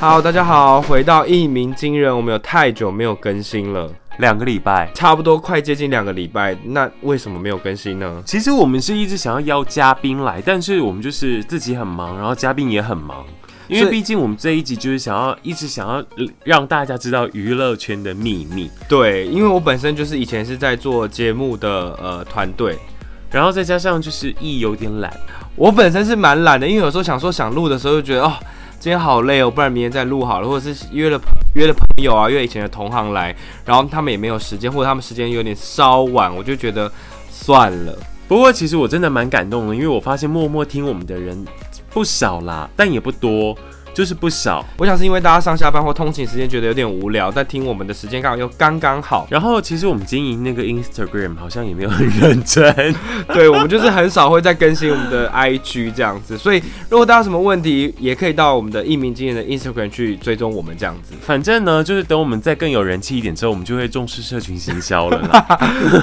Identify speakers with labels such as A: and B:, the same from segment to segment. A: 好，大家好，回到一鸣惊人，我们有太久没有更新了，
B: 两个礼拜。
A: 差不多快接近两个礼拜，那为什么没有更新呢？
B: 其实我们是一直想要邀嘉宾来，但是我们就是自己很忙，然后嘉宾也很忙，因
A: 所
B: 为
A: 以
B: 毕竟我们这一集就是想要一直想要呃让大家知道娱乐圈的秘密，
A: 对，因为我本身就是以前是在做节目的呃团队，
B: 然后再加上就是艺有点懒，
A: 我本身是蛮懒的，因为有时候想说想录的时候就觉得哦，今天好累哦，不然明天再录好了，或者是约了朋约了朋友啊，约以前的同行来，然后他们也没有时间，或者他们时间有点稍晚，我就觉得算了。
B: 不过其实我真的蛮感动的，因为我发现默默听我们的人不少啦，但也不多，就是不少。
A: 我想是因为大家上下班或通勤时间觉得有点无聊，但听我们的时间刚好又刚刚好。
B: 然后其实我们经营那个 Instagram 好像也没有很认 真，
A: 对，我们就是很少会再更新我们的 IG 这样子，所以如果大家有什么问题，也可以到我们的一鸣惊人的 Instagram 去追踪我们这样 子。
B: 反正呢就是等我们再更有人气一点之后，我们就会重视社群行销了啦。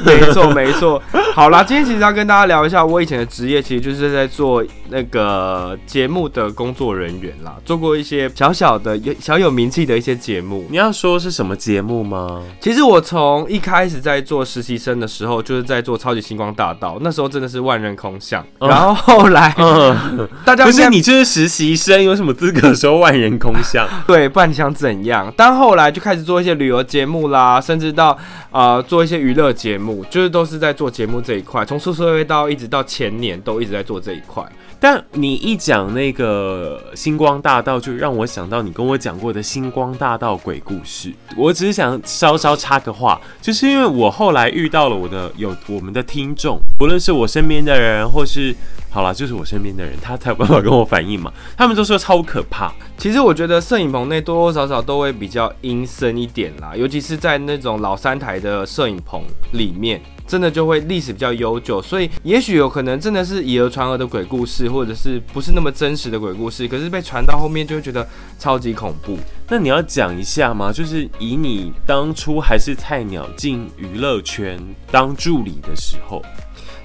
A: 没错，没错。好啦，今天其实要跟大家聊一下，我以前的职业其实就是在做那个节目的工作人员啦，做过一些小小的、有小有名气的一些节目。
B: 你要说是什么节目吗？
A: 其实我从一开始在做实习生的时候，就是在做《超级星光大道》，那时候真的是万人空巷。
B: 嗯
A: 然后后来、
B: 嗯，
A: 大家
B: 不
A: 应
B: 是
A: 该
B: 你就是实习生，有什么资格说万人空巷？
A: 对，不然你想怎样？但后来就开始做一些旅游节目啦，甚至到呃做一些娱乐节目，就是都是在做节目这一块。从出社会到一直到前年，都一直在做这一块。
B: 但你一讲那个星光大道，就让我想到你跟我讲过的星光大道鬼故事。我只是想稍稍插个话，就是因为我后来遇到了我的有我们的听众，无论是我身边的人，或是好啦，就是我身边的人，他才有办法跟我反映嘛。他们都说超可怕，
A: 其实我觉得摄影棚内多多少少都会比较阴森一点啦，尤其是在那种老三台的摄影棚里面，真的就会历史比较悠久，所以也许有可能真的是以讹传讹的鬼故事，或者是不是那么真实的鬼故事，可是被传到后面就会觉得超级恐怖。
B: 那你要讲一下吗？就是以你当初还是菜鸟进娱乐圈当助理的时候，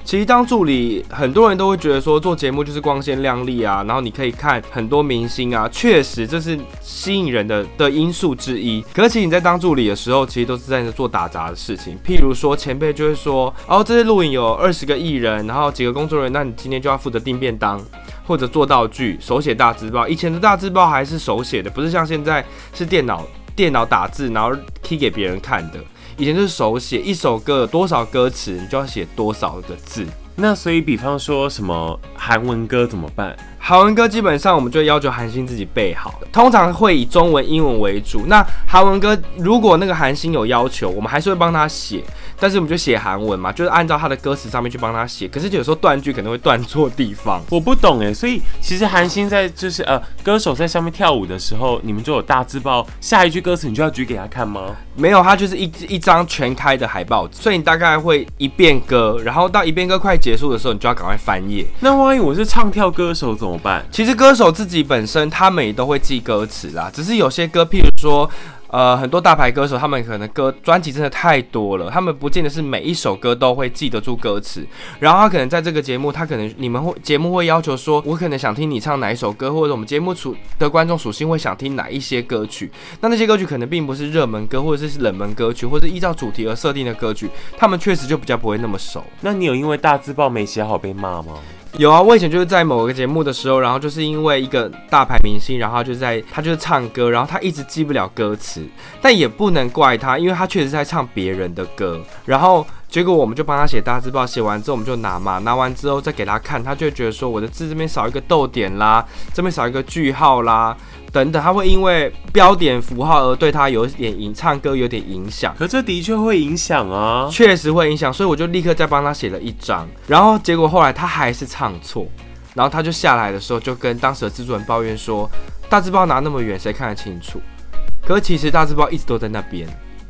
A: 其实当助理，很多人都会觉得说做节目就是光鲜亮丽啊，然后你可以看很多明星啊，确实这是吸引人的的因素之一。可是其实你在当助理的时候，其实都是在做打杂的事情，譬如说前辈就会说，哦，这次录影有二十个艺人，然后几个工作人员，那你今天就要负责订便当。或者做道具，手写大字报。以前的大字报还是手写的，不是像现在是电脑电脑打字，然后 key 给别人看的。以前就是手写，一首歌有多少歌词，你就要写多少个字。
B: 那所以，比方说什么韩文歌怎么办？
A: 韩文歌基本上我们就要求韩星自己背好，通常会以中文、英文为主。那韩文歌如果那个韩星有要求，我们还是会帮他写，但是我们就写韩文嘛，就是按照他的歌词上面去帮他写。可是有时候断句可能会断错地方。
B: 我不懂哎。所以其实韩星在就是呃歌手在上面跳舞的时候，你们就有大字报，下一句歌词你就要举给他看吗？
A: 没有，它就是一一张全开的海报，所以你大概会一遍歌，然后到一遍歌快结束的时候，你就要赶快翻页。
B: 那万一我是唱跳歌手怎么办？
A: 其实歌手自己本身他们也都会记歌词啦，只是有些歌，譬如说，呃，很多大牌歌手他们可能歌专辑真的太多了，他们不见得是每一首歌都会记得住歌词。然后他可能在这个节目，他可能你们会节目会要求说，我可能想听你唱哪一首歌，或者我们节目属的观众属性会想听哪一些歌曲。那那些歌曲可能并不是热门歌，或者是冷门歌曲，或者依照主题而设定的歌曲，他们确实就比较不会那么熟。
B: 那你有因为大字报没写好被骂吗？
A: 有啊，我以前就是在某个节目的时候，然后就是因为一个大牌明星，然后他就在他就是唱歌，然后他一直记不了歌词，但也不能怪他，因为他确实在唱别人的歌。然后结果我们就帮他写大字报，写完之后我们就拿嘛，拿完之后再给他看，他就会觉得说我的字这边少一个逗点啦，这边少一个句号啦。等等，他会因为标点符号而对他有一点影唱歌有点影响。
B: 可这的确会影响啊。
A: 确实会影响，所以我就立刻再帮他写了一张，然后结果后来他还是唱错，然后他就下来的时候就跟当时的制作人抱怨说，大字报拿那么远，谁看得清楚？可是其实大字报一直都在那边，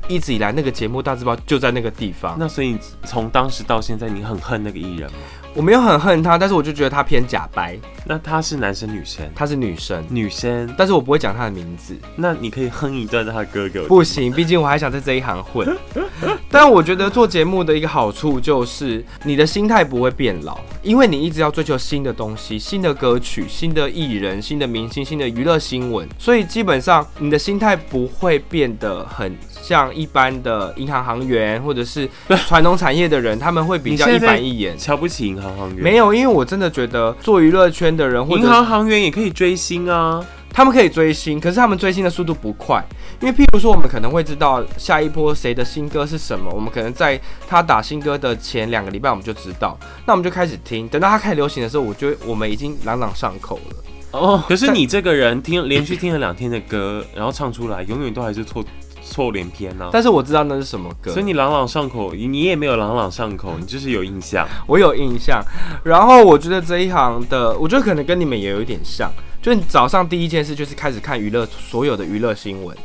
A: 一直以来那个节目大字报就在那个地方。
B: 那所以从当时到现在，你很恨那个艺人吗？
A: 我没有很恨他，但是我就觉得他偏假白，
B: 那他是男生女生？
A: 他是女 生，
B: 女生，
A: 但是我不会讲他的名字，
B: 那你可以哼一段他的歌给我。
A: 不，行，毕竟我还想在这一行混。 但我觉得做节目的一个好处就是，你的心态不会变老，因为你一直要追求新的东西、新的歌曲、新的艺人、新的明星、新的娱乐新闻，所以基本上你的心态不会变得很像一般的银行行员或者是传统产业的人，他们会比较
B: 你
A: 一
B: 现在
A: 板一眼。
B: 瞧不起银行行员？
A: 没有，因为我真的觉得做娱乐圈的人或者
B: 银行行员也可以追星啊。
A: 他们可以追星，可是他们追星的速度不快，因为譬如说，我们可能会知道下一波谁的新歌是什么，我们可能在他打新歌的前两个礼拜我们就知道，那我们就开始听，等到他开始流行的时候，我就我们已经朗朗上口了。
B: 哦，可是你这个人听连续听了两天的歌，然后唱出来，永远都还是错错连篇啊。
A: 但是我知道那是什么歌，
B: 所以你朗朗上口，你你也没有朗朗上口，
A: 嗯
B: 你就是有印象。
A: 我有印象。然后我觉得这一行的，我觉得可能跟你们也有一点像，就是你早上第一件事就是开始看娱乐所有的娱乐新闻，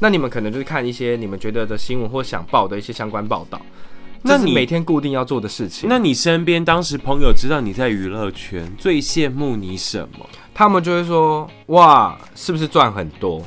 A: 那你们可能就是看一些你们觉得的新闻或想报的一些相关报道。
B: 那
A: 这是
B: 你
A: 每天固定要做的事情，
B: 那你身边当时朋友知道你在娱乐圈，最羡慕你什么？
A: 他们就会说：“哇，是不是赚很多？”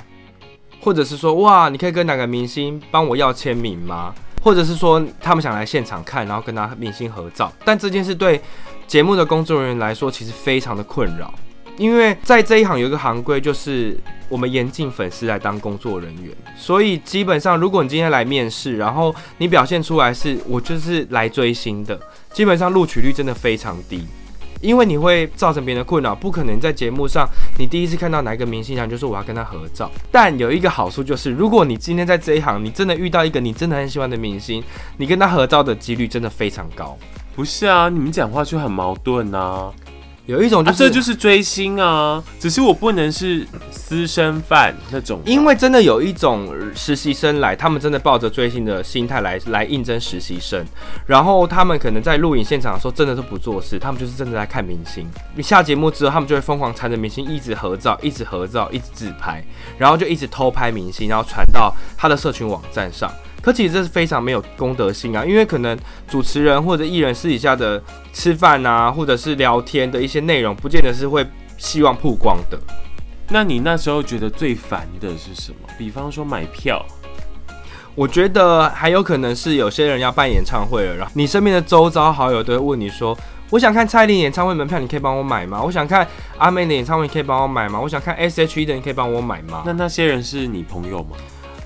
A: 或者是说：“哇，你可以跟哪个明星帮我要签名吗？”或者是说他们想来现场看，然后跟他明星合照。但这件事对节目的工作人员来说，其实非常的困扰，因为在这一行有一个行规，就是我们严禁粉丝来当工作人员。所以基本上，如果你今天来面试，然后你表现出来是我就是来追星的，基本上录取率真的非常低。因为你会造成别人的困扰，不可能在节目上你第一次看到哪一个明星，然后就说我要跟他合照。但有一个好处就是，如果你今天在这一行，你真的遇到一个你真的很喜欢的明星，你跟他合照的几率真的非常高。
B: 不是啊，你们讲话就很矛盾啊。
A: 有一种就
B: 啊，
A: 是，
B: 这就是追星啊，只是我不能是私生饭那种。
A: 因为真的有一种实习生来，他们真的抱着追星的心态来来应征实习生，然后他们可能在录影现场的时候真的都不做事，他们就是真的在看明星。你下节目之后，他们就会疯狂缠着明星一直合照，一直合照，一直自拍，然后就一直偷拍明星，然后传到他的社群网站上。可其实这是非常没有公德心啊，因为可能主持人或者艺人私底下的吃饭啊，或者是聊天的一些内容，不见得是会希望曝光的。
B: 那你那时候觉得最烦的是什么？比方说买票，
A: 我觉得还有可能是有些人要办演唱会了，然后你身边的周遭好友都会问你说：“我想看蔡依林演唱会门票，你可以帮我买吗？我想看阿妹的演唱会，你可以帮我买吗？我想看 S.H.E E 的，你可以帮我买吗
B: 那那些人是你朋友吗？？”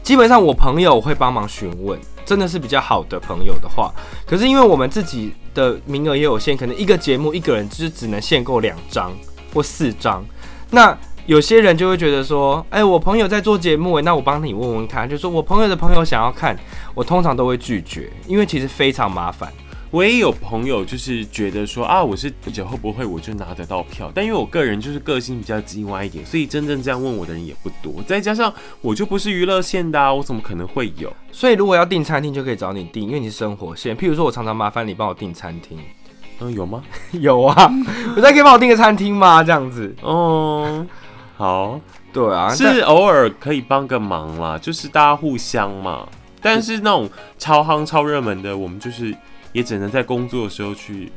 A: 基本上我朋友我会帮忙询问，真的是比较好的朋友的话，可是因为我们自己的名额也有限，可能一个节目一个人就是只能限购两张或四张，那。有些人就会觉得说，哎、我朋友在做节目，哎，那我帮你问问看。就说我朋友的朋友想要看，我通常都会拒绝，因为其实非常麻烦。
B: 我也有朋友就是觉得说啊，我是记者会不会我就拿得到票？但因为我个人就是个性比较叽歪一点，所以真正这样问我的人也不多。再加上我就不是娱乐线的、啊，我怎么可能会有？
A: 所以如果要订餐厅，就可以找你订，因为你是生活线。譬如说，我常常麻烦你帮我订餐厅，
B: 嗯，有吗？
A: 有啊，我再可以帮我订个餐厅吗？这样子，
B: 哦，好，
A: 对啊，
B: 是偶尔可以帮个忙啦，就是大家互相嘛。但是那种超夯、超热门的，我们就是也只能在工作的时候去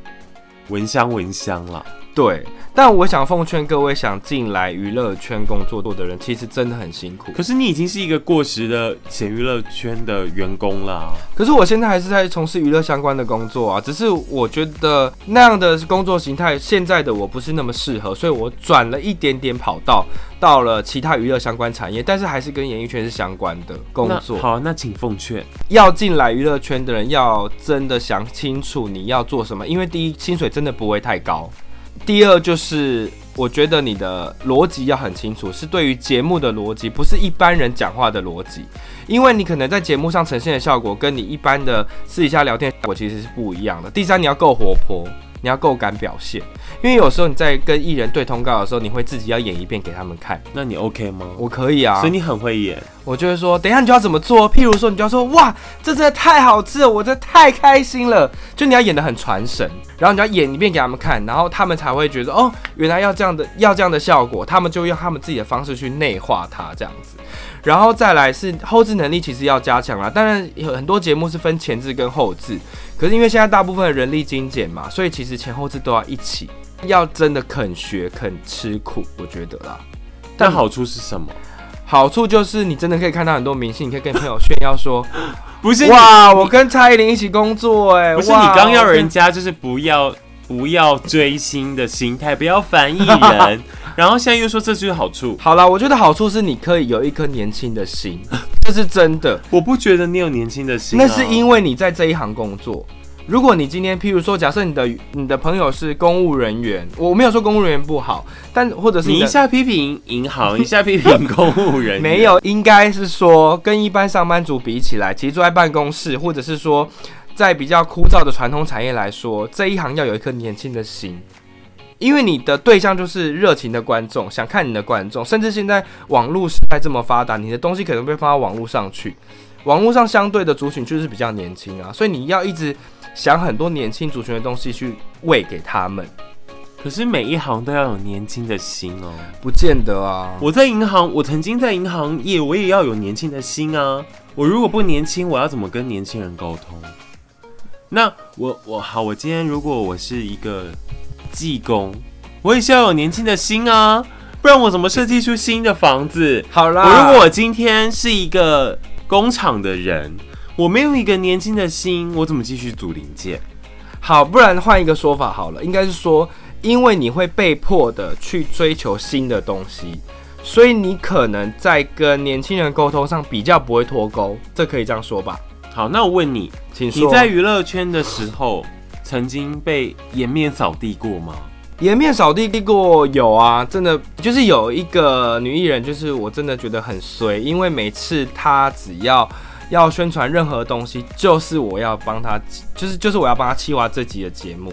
B: 闻香闻香啦。
A: 对，但我想奉劝各位想进来娱乐圈工作的人，其实真的很辛苦。
B: 可是你已经是一个过时的前娱乐圈的员工啦。
A: 可是我现在还是在从事娱乐相关的工作啊，只是我觉得那样的工作形态，现在的我不是那么适合，所以我转了一点点跑道，到了其他娱乐相关产业，但是还是跟演艺圈是相关的工
B: 那
A: 作。
B: 好，那请奉劝。
A: 要进来娱乐圈的人，要真的想清楚你要做什么，因为第一，薪水真的不会太高；第二，就是我觉得你的逻辑要很清楚，是对于节目的逻辑，不是一般人讲话的逻辑，因为你可能在节目上呈现的效果，跟你一般的私底下聊天效果其实是不一样的。第三，你要够活泼。你要够敢表现，因为有时候你在跟艺人对通告的时候，你会自己要演一遍给他们看。
B: 那你 OK 吗？
A: 我可以啊，
B: 所以你很会演，
A: 我就会说，等一下你就要怎么做？譬如说，你就要说，哇，这真的太好吃了，我真的太开心了。就你要演的很传神，然后你要演一遍给他们看，然后他们才会觉得，哦，原来要这样的，要这样的效果，他们就用他们自己的方式去内化它，这样子。然后再来是后置能力，其实要加强啦。当然，有很多节目是分前置跟后置，可是因为现在大部分的人力精简嘛，所以其实前后置都要一起，要真的肯学、肯吃苦，我觉得啦。
B: 但好处是什么？
A: 好处就是你真的可以看到很多明星，你可以跟朋友炫耀 说：“
B: 不是
A: 哇，我跟蔡依林一起工作、欸，哎，
B: 不是你刚要人家就是不要不要追星的心态，不要烦艺 人，然后现在又说这就是好处，
A: 好啦，我觉得好处是你可以有一颗年轻的心， 这是真的。
B: 我不觉得你有年轻的心、啊，
A: 那是因为你在这一行工作。如果你今天，譬如说，假设你的你的朋友是公务人员，我没有说公务人员不好，但或者是
B: 你
A: 的
B: 一下批评银行，一下批评公务人 员，
A: 没有，应该是说跟一般上班族比起来，其实坐在办公室，或者是说在比较枯燥的传统产业来说，这一行要有一颗年轻的心。因为你的对象就是热情的观众，想看你的观众，甚至现在网络时代这么发达，你的东西可能被放到网络上去，网络上相对的族群就是比较年轻啊，所以你要一直想很多年轻族群的东西去喂给他们，
B: 可是每一行都要有年轻的心哦。
A: 不见得啊。
B: 我在银行，我曾经在银行业，我也要有年轻的心啊。我如果不年轻，我要怎么跟年轻人沟通？那我我好，我今天如果我是一个技工，我也是要有年轻的心啊，不然我怎么设计出新的房子？
A: 好啦，
B: 我如果我今天是一个工厂的人，我没有一个年轻的心，我怎么继续组零件？
A: 好，不然换一个说法好了，应该是说，因为你会被迫的去追求新的东西，所以你可能在跟年轻人沟通上比较不会脱钩，这可以这样说吧？
B: 好，那我问你，
A: 请说。
B: 你在娱乐圈的时候，曾经被颜面扫地过吗？
A: 颜面扫地地过有啊，真的就是有一个女艺人，就是我真的觉得很衰，因为每次她只要要宣传任何东西，就是我要帮她，就是就是我要帮她企划这集的节目。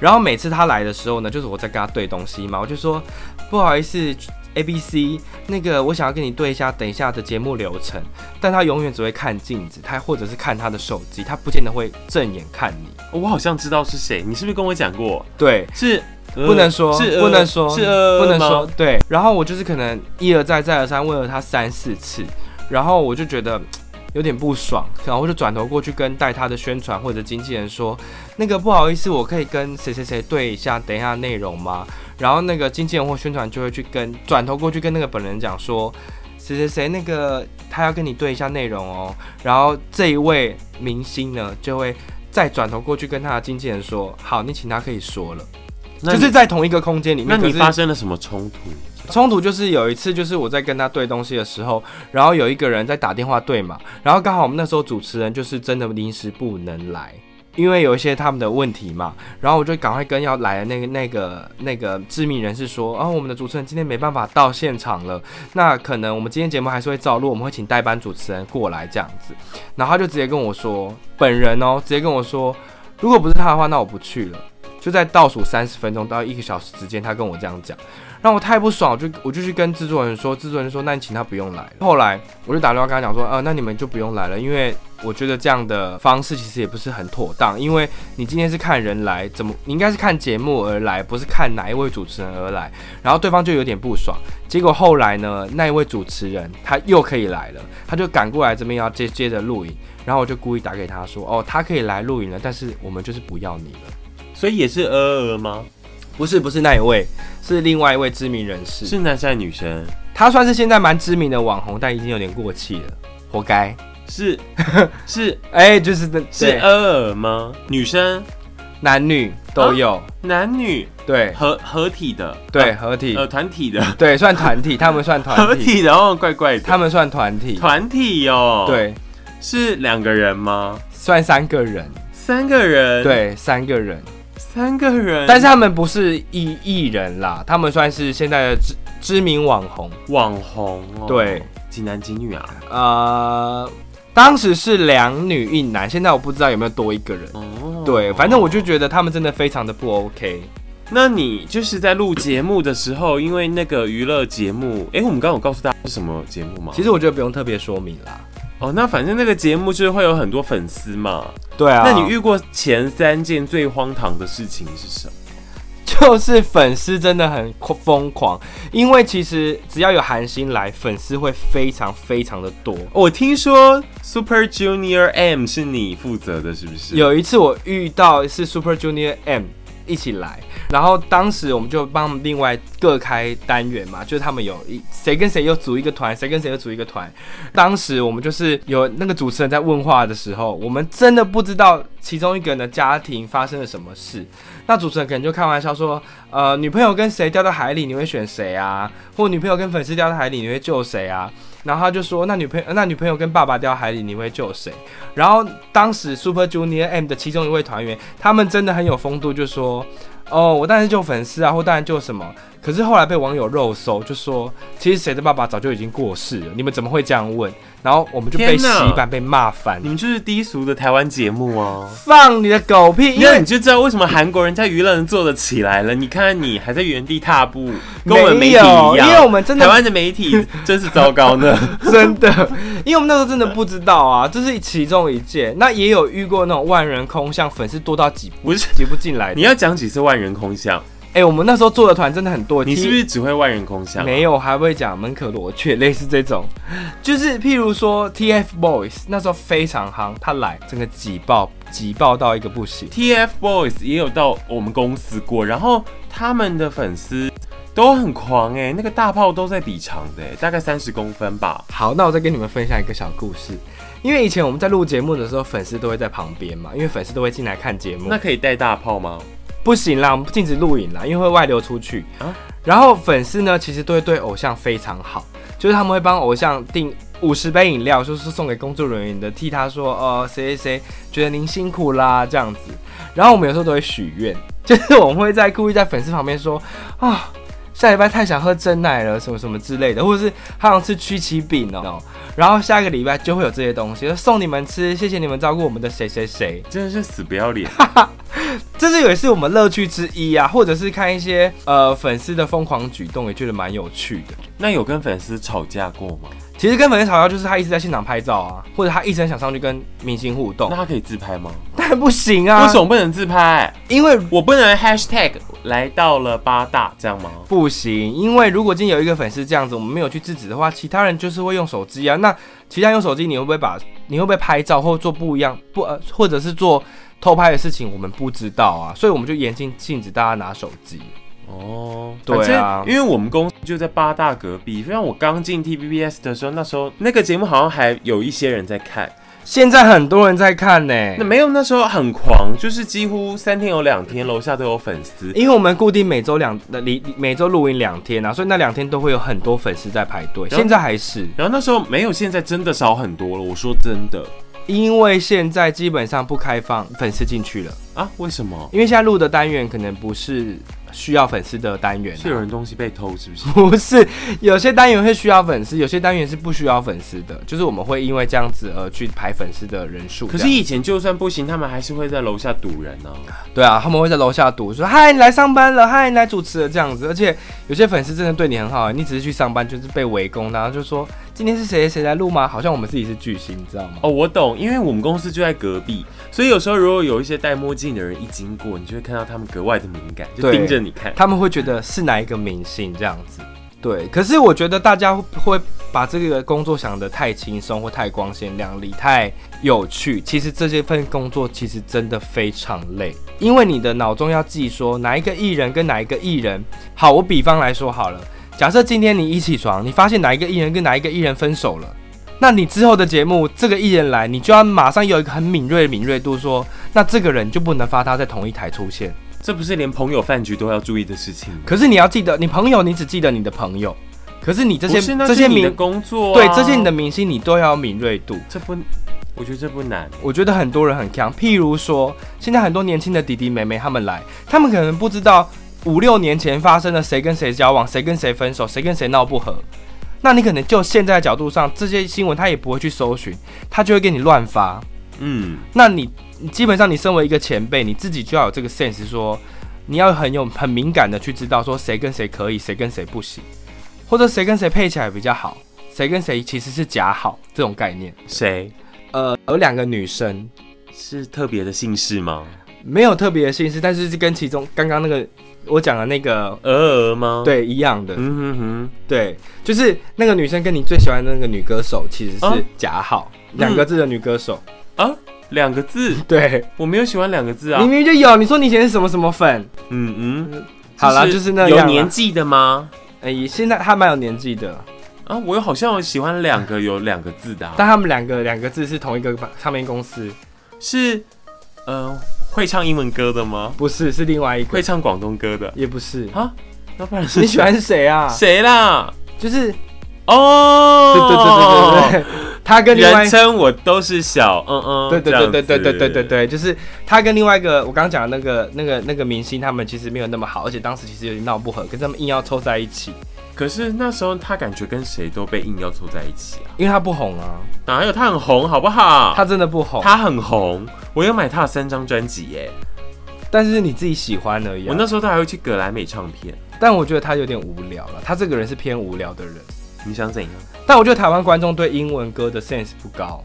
A: 然后每次她来的时候呢，就是我在跟她对东西嘛，我就说不好意思，A B C，那个我想要跟你对一下等一下的节目流程，但她永远只会看镜子，她或者是看她的手机，她不见得会正眼看你。
B: 哦我好像知道是谁，你是不是跟我讲过？
A: 对，
B: 是、呃
A: 不能说，
B: 是、呃
A: 不能说，
B: 是、呃、
A: 不能
B: 吗
A: 说。对，然后我就是可能一而再再而三问了他三四次，然后我就觉得嘖有点不爽，然后我就转头过去跟带他的宣传或者经纪人说，那个不好意思，我可以跟谁谁谁对一下，等一下内容吗？然后那个经纪人或宣传就会去跟转头过去跟那个本人讲说。谁谁谁，那个他要跟你对一下内容哦，然后这一位明星呢，就会再转头过去跟他的经纪人说：“好，你请他可以说了。”
B: 那
A: 就
B: 你
A: 是在同一个空间里面。
B: 那
A: 可
B: 你
A: 是
B: 发生了什么冲突？
A: 冲突就是有一次，就是我在跟他对东西的时候，然后有一个人在打电话对嘛，然后刚好我们那时候主持人就是真的临时不能来。因为有一些他们的问题嘛，然后我就赶快跟要来的那个、那个、那个知名人士说，啊，我们的主持人今天没办法到现场了，那可能我们今天节目还是会照录，我们会请代班主持人过来这样子。然后他就直接跟我说，本人哦，直接跟我说，如果不是他的话，那我不去了。就在倒数三十分钟到一个小时之间，他跟我这样讲。让我太不爽，我就我就去跟制作人说，制作人说那你请他不用来了。后来我就打电话跟他讲说，呃，那你们就不用来了，因为我觉得这样的方式其实也不是很妥当，因为你今天是看人来，怎么你应该是看节目而来，不是看哪一位主持人而来。然后对方就有点不爽，结果后来呢，那一位主持人他又可以来了，他就赶过来这边要接接着录影，然后我就故意打给他说，哦，他可以来录影了，但是我们就是不要你了。
B: 所以也是呃呃吗？
A: 不是不是那一位，是另外一位知名人士。
B: 是男生还是女生？
A: 他算是现在蛮知名的网红，但已经有点过气了，活该。
B: 是是
A: 哎、就是那
B: 是
A: 对
B: 呃呃吗？女生、
A: 男女都有，
B: 啊男女
A: 对
B: 合合体的，
A: 对，合体，
B: 呃团体的，
A: 对算团 体，他们算 团
B: 合
A: 体，
B: 体的哦，怪怪的。
A: 他们算团体，
B: 团体哦，，
A: 对，
B: 是两个人吗？
A: 算三个人，
B: 三个人，，
A: 对，三个人，
B: 嗯三个人，
A: 但是他们不是艺艺人啦，他们算是现在的知知名网红，
B: 网红哦，
A: 对，
B: 几男几女啊？
A: 呃，当时是两女一男，现在我不知道有没有多一个人。
B: 哦，
A: 对，反正我就觉得他们真的非常的不 OK。
B: 那你就是在录节目的时候，因为那个娱乐节目，哎、我们刚刚有告诉大家是什么节目吗？
A: 其实我觉得不用特别说明啦。
B: 哦，那反正那个节目就是会有很多粉丝嘛。
A: 对啊，
B: 那你遇过前三件最荒唐的事情是什么？
A: 就是粉丝真的很疯狂，因为其实只要有韩星来，粉丝会非常非常的多。
B: 我听说 Super Junior M 是你负责的，是不是？
A: 有一次我遇到是 Super Junior M 一起来，然后当时我们就帮他们另外各开单元嘛，就是他们有一谁跟谁又组一个团，谁跟谁又组一个团。当时我们就是有那个主持人在问话的时候，我们真的不知道其中一个人的家庭发生了什么事。那主持人可能就开玩笑说，呃，女朋友跟谁掉到海里，你会选谁啊？或女朋友跟粉丝掉到海里，你会救谁啊？然后他就说，那女朋友，那女朋友跟爸爸掉海里，你会救谁？然后当时 Super Junior M 的其中一位团员，他们真的很有风度，就说：“哦，我当然是救粉丝啊，或当然救什么。”可是后来被网友肉搜，就说其实谁的爸爸早就已经过世了，你们怎么会这样问？然后我们就被
B: 天
A: 洗
B: 哪
A: 版被骂翻
B: 你。们就是低俗的台湾节目啊。
A: 放你的狗屁！因
B: 那
A: 为
B: 你就知道为什么韩国人在娱乐人做得起来了。你看你还在原地踏步，跟我们媒体
A: 没
B: 一
A: 有
B: 样。
A: 因为我们真的
B: 台湾的媒体真是糟糕呢。
A: 真的，因为我们那时候真的不知道啊，这是其中一件。那也有遇过那种万人空巷，粉丝多到挤
B: 不是，
A: 挤不进来的
B: 你。要讲几次万人空巷？
A: 哎、我们那时候做的团真的很多，
B: 你是不是只会万人空巷、啊
A: 没有，还会讲门可罗雀，类似这种， 就是譬如说 TFBOYS 那时候非常夯，他来整个挤爆，挤爆到一个不行。
B: TFBOYS 也有到我们公司过，然后他们的粉丝都很狂哎、那个大炮都在比长的、欸，大概三十公分吧。
A: 好，那我再跟你们分享一个小故事，因为以前我们在录节目的时候，粉丝都会在旁边嘛，因为粉丝都会进来看节目。
B: 那可以带大炮吗？
A: 不行啦，我们禁止录影啦，因为会外流出去。
B: 啊
A: 然后粉丝呢，其实都会对偶像非常好，就是他们会帮偶像订五十杯饮料，就是送给工作人员的，替他说，呃，谁谁谁觉得您辛苦啦这样子。然后我们有时候都会许愿， 就是我们会在故意在粉丝旁边说，啊。下礼拜太想喝真奶了，什么什么之类的，或者是他想吃曲奇饼哦，然后下一个礼拜就会有这些东西，就送你们吃，谢谢你们照顾我们的谁谁谁，
B: 真的是死不要脸。
A: 这是也是我们乐趣之一啊，或者是看一些呃粉丝的疯狂举动，也觉得蛮有趣的。
B: 那有跟粉丝吵架过吗？
A: 其实跟粉丝吵架就是他一直在现场拍照啊，或者他一直很想上去跟明星互动
B: 那，他可以自拍吗？
A: 但不行啊，
B: 为什么不能自拍？
A: 因为
B: 我不能 hashtag 来到了八大这样吗？
A: 不行，因为如果今天有一个粉丝这样子，我们没有去制止的话，其他人就是会用手机啊。那其他人用手机，你会不会把你会不会拍照或做不一样不呃，或者是做偷拍的事情，我们不知道啊，所以我们就严禁禁止大家拿手机。
B: 哦，
A: 对啊
B: 反正因为我们公司就在八大隔壁。像我刚进 TVBS 的时候，那时候那个节目好像还有一些人在看，
A: 现在很多人在看呢、
B: 那没有那时候很狂，就是几乎三天有两天楼下都有粉丝。
A: 因为我们固定每周两呃离每周录音两天啊，所以那两天都会有很多粉丝在排队。
B: 然后
A: 现在还是
B: 然后那时候没有现在真的少很多了，我说真的
A: 因为现在基本上不开放粉丝进去了，
B: 啊，为什么？
A: 因为现在录的单元可能不是需要粉丝的单元啊、？
B: 是有人东西被偷是不是
A: 不是有些单元会需要粉丝，有些单元是不需要粉丝的，就是我们会因为这样子而去排粉丝的人数。
B: 可
A: 这
B: 是
A: 样
B: 以前就算不行，他们还是会在楼下堵人呢、啊。
A: 对啊，他们会在楼下读说：“嗨，你来上班了，嗨，你来主持了这样子。”而且有些粉丝真的对你很好，你只是去上班就是被围攻，然后就说：“今天是谁谁谁来录吗？”好像我们自己是巨星，你知道吗？
B: 哦，我懂，因为我们公司就在隔壁，所以有时候如果有一些戴墨镜的人一经过，你就会看到他们格外的敏感，就
A: 对
B: 盯着你看。
A: 他们会觉得是哪一个明星这样子。对，可是我觉得大家会把这个工作想得太轻松，或太光鲜亮丽、太有趣。其实这些份工作其实真的非常累，因为你的脑中要记说哪一个艺人跟哪一个艺人。好，我比方来说好了，假设今天你一起床，你发现哪一个艺人跟哪一个艺人分手了。那你之后的节目，这个艺人来，你就要马上有一个很敏锐的敏锐度说那这个人就不能发他在同一台出现。
B: 这不是连朋友饭局都要注意的事情吗？
A: 可是你要记得，你朋友你只记得你的朋友，可是你这些
B: 不是那
A: 这些
B: 是你的
A: 明
B: 工作、啊，
A: 对这些你的明星，你都要有敏锐度。
B: 这不，我觉得这不难。
A: 我觉得很多人很强，譬如说，现在很多年轻的弟弟妹妹他们来，他们可能不知道五六年前发生了谁跟谁交往，谁跟谁分手，谁跟谁闹不和。那你可能就现在的角度上，这些新闻他也不会去搜寻，他就会给你乱发。
B: 嗯，
A: 那你基本上你身为一个前辈，你自己就要有这个 sense，说你要很有很敏感的去知道说谁跟谁可以，谁跟谁不行，或者谁跟谁配起来比较好，谁跟谁其实是假好这种概念。
B: 谁
A: 呃，有两个女生
B: 是特别的姓氏吗？
A: 没有特别的姓氏，但是是跟其中刚刚那个我讲的那个
B: 鹅鹅吗？，
A: 对一样的，
B: 嗯哼哼，
A: 对，就是那个女生跟你最喜欢的那个女歌手其实
B: 啊
A: 是假好，两、个字的女歌手。
B: 两个字，
A: 对，
B: 我没有喜欢两个字啊
A: 你。明明就有，你说你以前是什么什么粉？
B: 嗯嗯，
A: 好啦，就是那
B: 有
A: 样啦。
B: 年纪的吗？
A: 哎、现在她蛮有年纪的，
B: 啊，我有好像有喜欢两个有两个字的、啊，
A: 但他们两个两个字是同一个唱片公司，
B: 是呃会唱英文歌的吗？
A: 不是，是另外一个
B: 会，唱广东歌的？
A: 也不是。
B: 那不然是
A: 你喜欢谁啊？
B: 谁啦？
A: 就是
B: 哦，
A: 对对对对对对，他跟另外
B: 人称我都是小嗯嗯，
A: 对对对对对对对对
B: 对，
A: 对，就是他跟另外一个我刚刚讲的那个那个那个明星，他们其实没有那么好，而且当时其实有点闹不和，可是他们硬要凑在一起，
B: 可是那时候他感觉跟谁都被硬要凑在一起啊，
A: 因为他不红啊，
B: 哪有他很红好不好？
A: 他真的不红，
B: 啊他很红，我有买他的三张专辑耶，
A: 但是你自己喜欢而已啊、
B: 我那时候都还会去格莱美唱片。
A: 但我觉得他有点无聊了，他这个人是偏无聊的人。
B: 你想怎样？
A: 但我觉得台湾观众对英文歌的 sense 不高，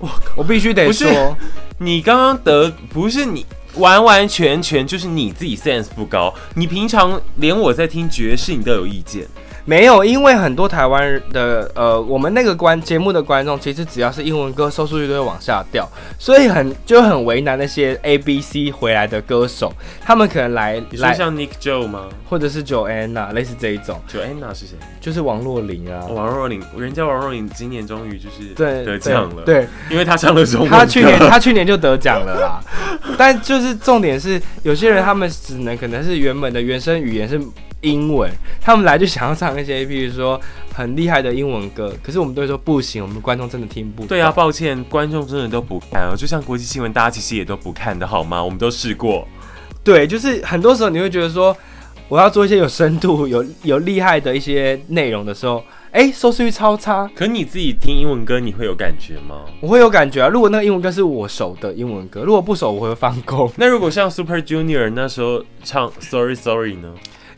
B: 我
A: 我必须得
B: 不是
A: 说，
B: 你刚刚得不是你完完全全就是你自己 sense 不高，你平常连我在听爵士你都有意见，
A: 没有，因为很多台湾的呃，我们那个观节目的观众，其实只要是英文歌，收视率都会往下掉，所以很就很为难那些 A B C 回来的歌手，他们可能来
B: 你说
A: 来，
B: 像 Nick Joe 吗
A: 或者是 Joanna 类似这一种，
B: ？Joanna 是谁？
A: 就是王若琳啊，
B: 王若琳，人家王若琳今年终于就是
A: 对
B: 得奖了，，
A: 对
B: 因为她唱了中
A: 对，
B: 文
A: 他去年
B: 歌
A: 他去年就得奖了啦，但就是重点是，有些人他们只能可能是原本的原生语言是。英文，他们来就想要唱一些，比如说很厉害的英文歌，可是我们都会说不行，我们观众真的听不懂。
B: 对啊，抱歉，观众真的都不看哦，就像国际新闻，大家其实也都不看的好吗？我们都试过，
A: 对，就是很多时候你会觉得说，我要做一些有深度、 有有厉害的一些内容的时候，哎、收视率超差，
B: 可你自己听英文歌，你会有感觉吗？
A: 我会有感觉啊。如果那个英文歌是我熟的英文歌，如果不熟，我会放空，
B: 那如果像 Super Junior 那时候唱 Sorry Sorry 呢？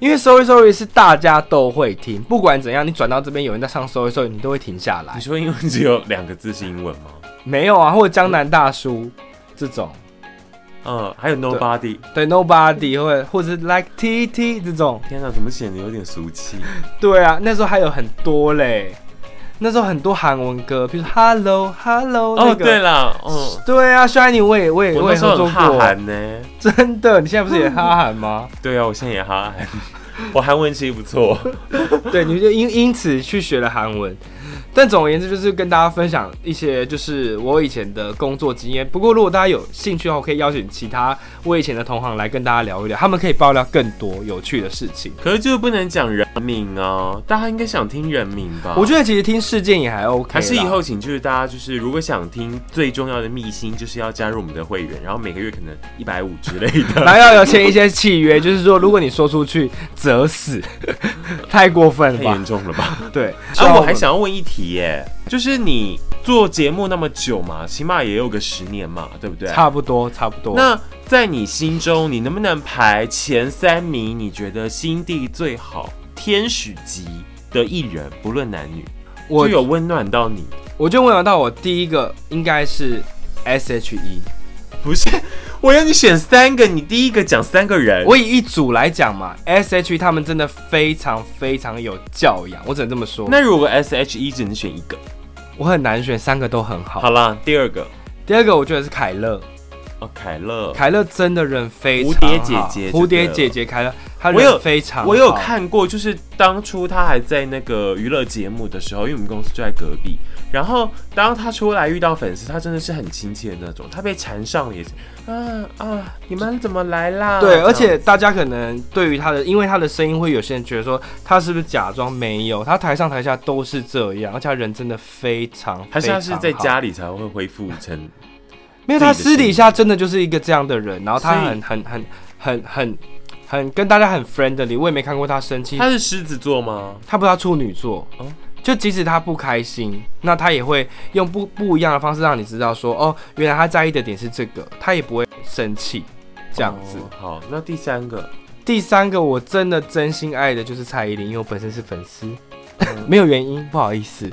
A: 因为 Sorry Sorry 是大家都会听，不管怎样，你转到这边有人在唱 Sorry Sorry，你都会停下来
B: 你。说英文只有两个字是英文吗？
A: 没有啊，或者江南大叔这种，
B: 嗯，还有 Nobody，
A: 对 Nobody 或者或者是 Like T T 这种，
B: 天哪，怎么显得有点俗气？
A: 对啊，那时候还有很多嘞。那时候很多韩文歌，比如说 Hello Hello 那
B: 哦，
A: 个，
B: 对啦，嗯，
A: 对啊，Shiny 我也我也
B: 我
A: 我
B: 那
A: 也
B: 时
A: 合
B: 候
A: 作
B: 很哈
A: 过，
B: 韩呢。
A: 真的，你现在不是也哈韩吗？
B: 对啊，我现在也哈韩， 我韩文其实不错。
A: 对，你就因因此去学了韩文。但总而言之，就是跟大家分享一些就是我以前的工作经验。不过如果大家有兴趣的话，我可以邀请其他我以前的同行来跟大家聊一聊，他们可以爆料更多有趣的事情。
B: 可是就是不能讲人名哦，大家应该想听人名吧？
A: 我觉得其实听事件也还 OK，啦
B: 啊
A: 啊
B: 还是以后请就是大家就是如果想听最重要的秘辛，就是要加入我们的会员，然后每个月可能一 百五之类的。
A: 然后要有签一些契约，就是说如果你说出去，则死， 太过分
B: 太
A: 了吧
B: 严？重了 吧？
A: 对，
B: 啊，我还想要问一题耶，就是你做节目那么久嘛，起码也有个十年嘛，对不对？啊
A: 差不多差不多。
B: 那在你心中，你能不能排前三名？你觉得心地最好、天使级的艺人，不论男女，
A: 我
B: 就有温暖到你？
A: 我就没想到我第一个应该是 S H E。
B: 不是，我要你选三个，你第一个讲三个人。
A: 我以一组来讲嘛，S H E 他们真的非常非常有教养，我只能这么说。
B: 那如果 S H E 只能选一个，
A: 我很难选，三个都很好。
B: 好啦，第二个
A: 第二个我觉得是凯乐，
B: 哦，凯乐，
A: 凯乐真的人非常好
B: 蝴蝶姐姐
A: 蝴蝶姐姐凯乐，她
B: 我有
A: 人非常好
B: 我有，看过，就是当初他还在那个娱乐节目的时候，因为我们公司就在隔壁。然后当他出来遇到粉丝，他真的是很亲切的那种，他被缠上了也是，啊啊，你们怎么来啦？
A: 对，而
B: 这
A: 且
B: 样
A: 大家可能对于她的，因为她的声音，会有些人觉得说她是不是假装没有，她台上台下都是这样，而且她人真的非常，
B: 还是他是在
A: 非常好
B: 家里才会恢复成，
A: 没有，
B: 自己
A: 他
B: 的
A: 私底下真的就是一个这样的人，然后他
B: 所以
A: 很很很很很很跟大家很 friendly，我也没看过他生气。
B: 他
A: 他
B: 是狮子座吗？
A: 他不知道处女座
B: 哦，
A: 就即使他不开心，那他也会用不不一样的方式让你知道说，哦，原来他在意的点是这个，他也不会生气，这样子。
B: 哦好，那第三个，
A: 第三个，我真的真心爱的就是蔡依林，因为我本身是粉丝， 没有原因，不好意思，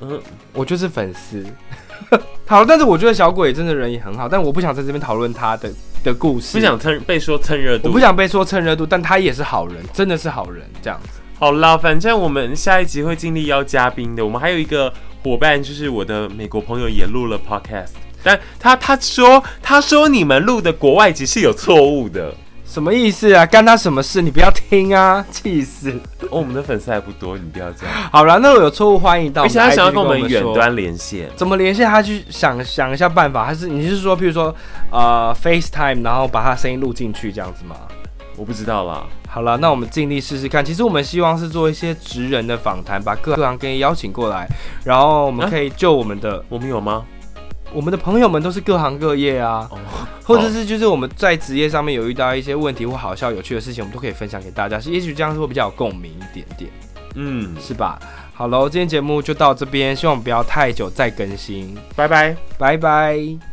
B: 嗯，
A: 我就是粉丝。 好，但是我觉得小鬼真的人也很好，但我不想在这边讨论他的的故事，
B: 不想蹭被说蹭热度，
A: 我不想被说蹭热度，但他也是好人，真的是好人这样子。
B: 好啦，反正我们下一集会尽力邀嘉宾的。我们还有一个伙伴，就是我的美国朋友也录了 podcast，但他他说他说你们录的国外集是有错误的、
A: 什么意思啊？干他什么事？你不要听啊！ 气死！
B: 哦，我们的粉丝还不多，你不要这样。
A: 好了，那我有错误欢迎到
B: 而
A: 们的
B: 且
A: IG 跟
B: 他想
A: 我们说，
B: 要跟我们远端连线，
A: 怎么连线？他去想想一下办法，还是你是说，譬如说呃 FaceTime，然后把他声音录进去这样子吗？
B: 我不知道啦。
A: 好了，那我们尽力试试看。其实我们希望是做一些职人的访谈，把各行各业邀请过来，然后我们
B: 啊
A: 可以就我们的、
B: 我们有吗？
A: 我们的朋友们都是各行各业啊，
B: 哦，
A: 或者是就是我们在职业上面有遇到一些问题或好笑有趣的事情，我们都可以分享给大家，也许这样会比较有共鸣一点点。
B: 嗯，
A: 是吧？好喽，今天节目就到这边，希望不要太久再更新，
B: 拜拜。
A: 拜拜。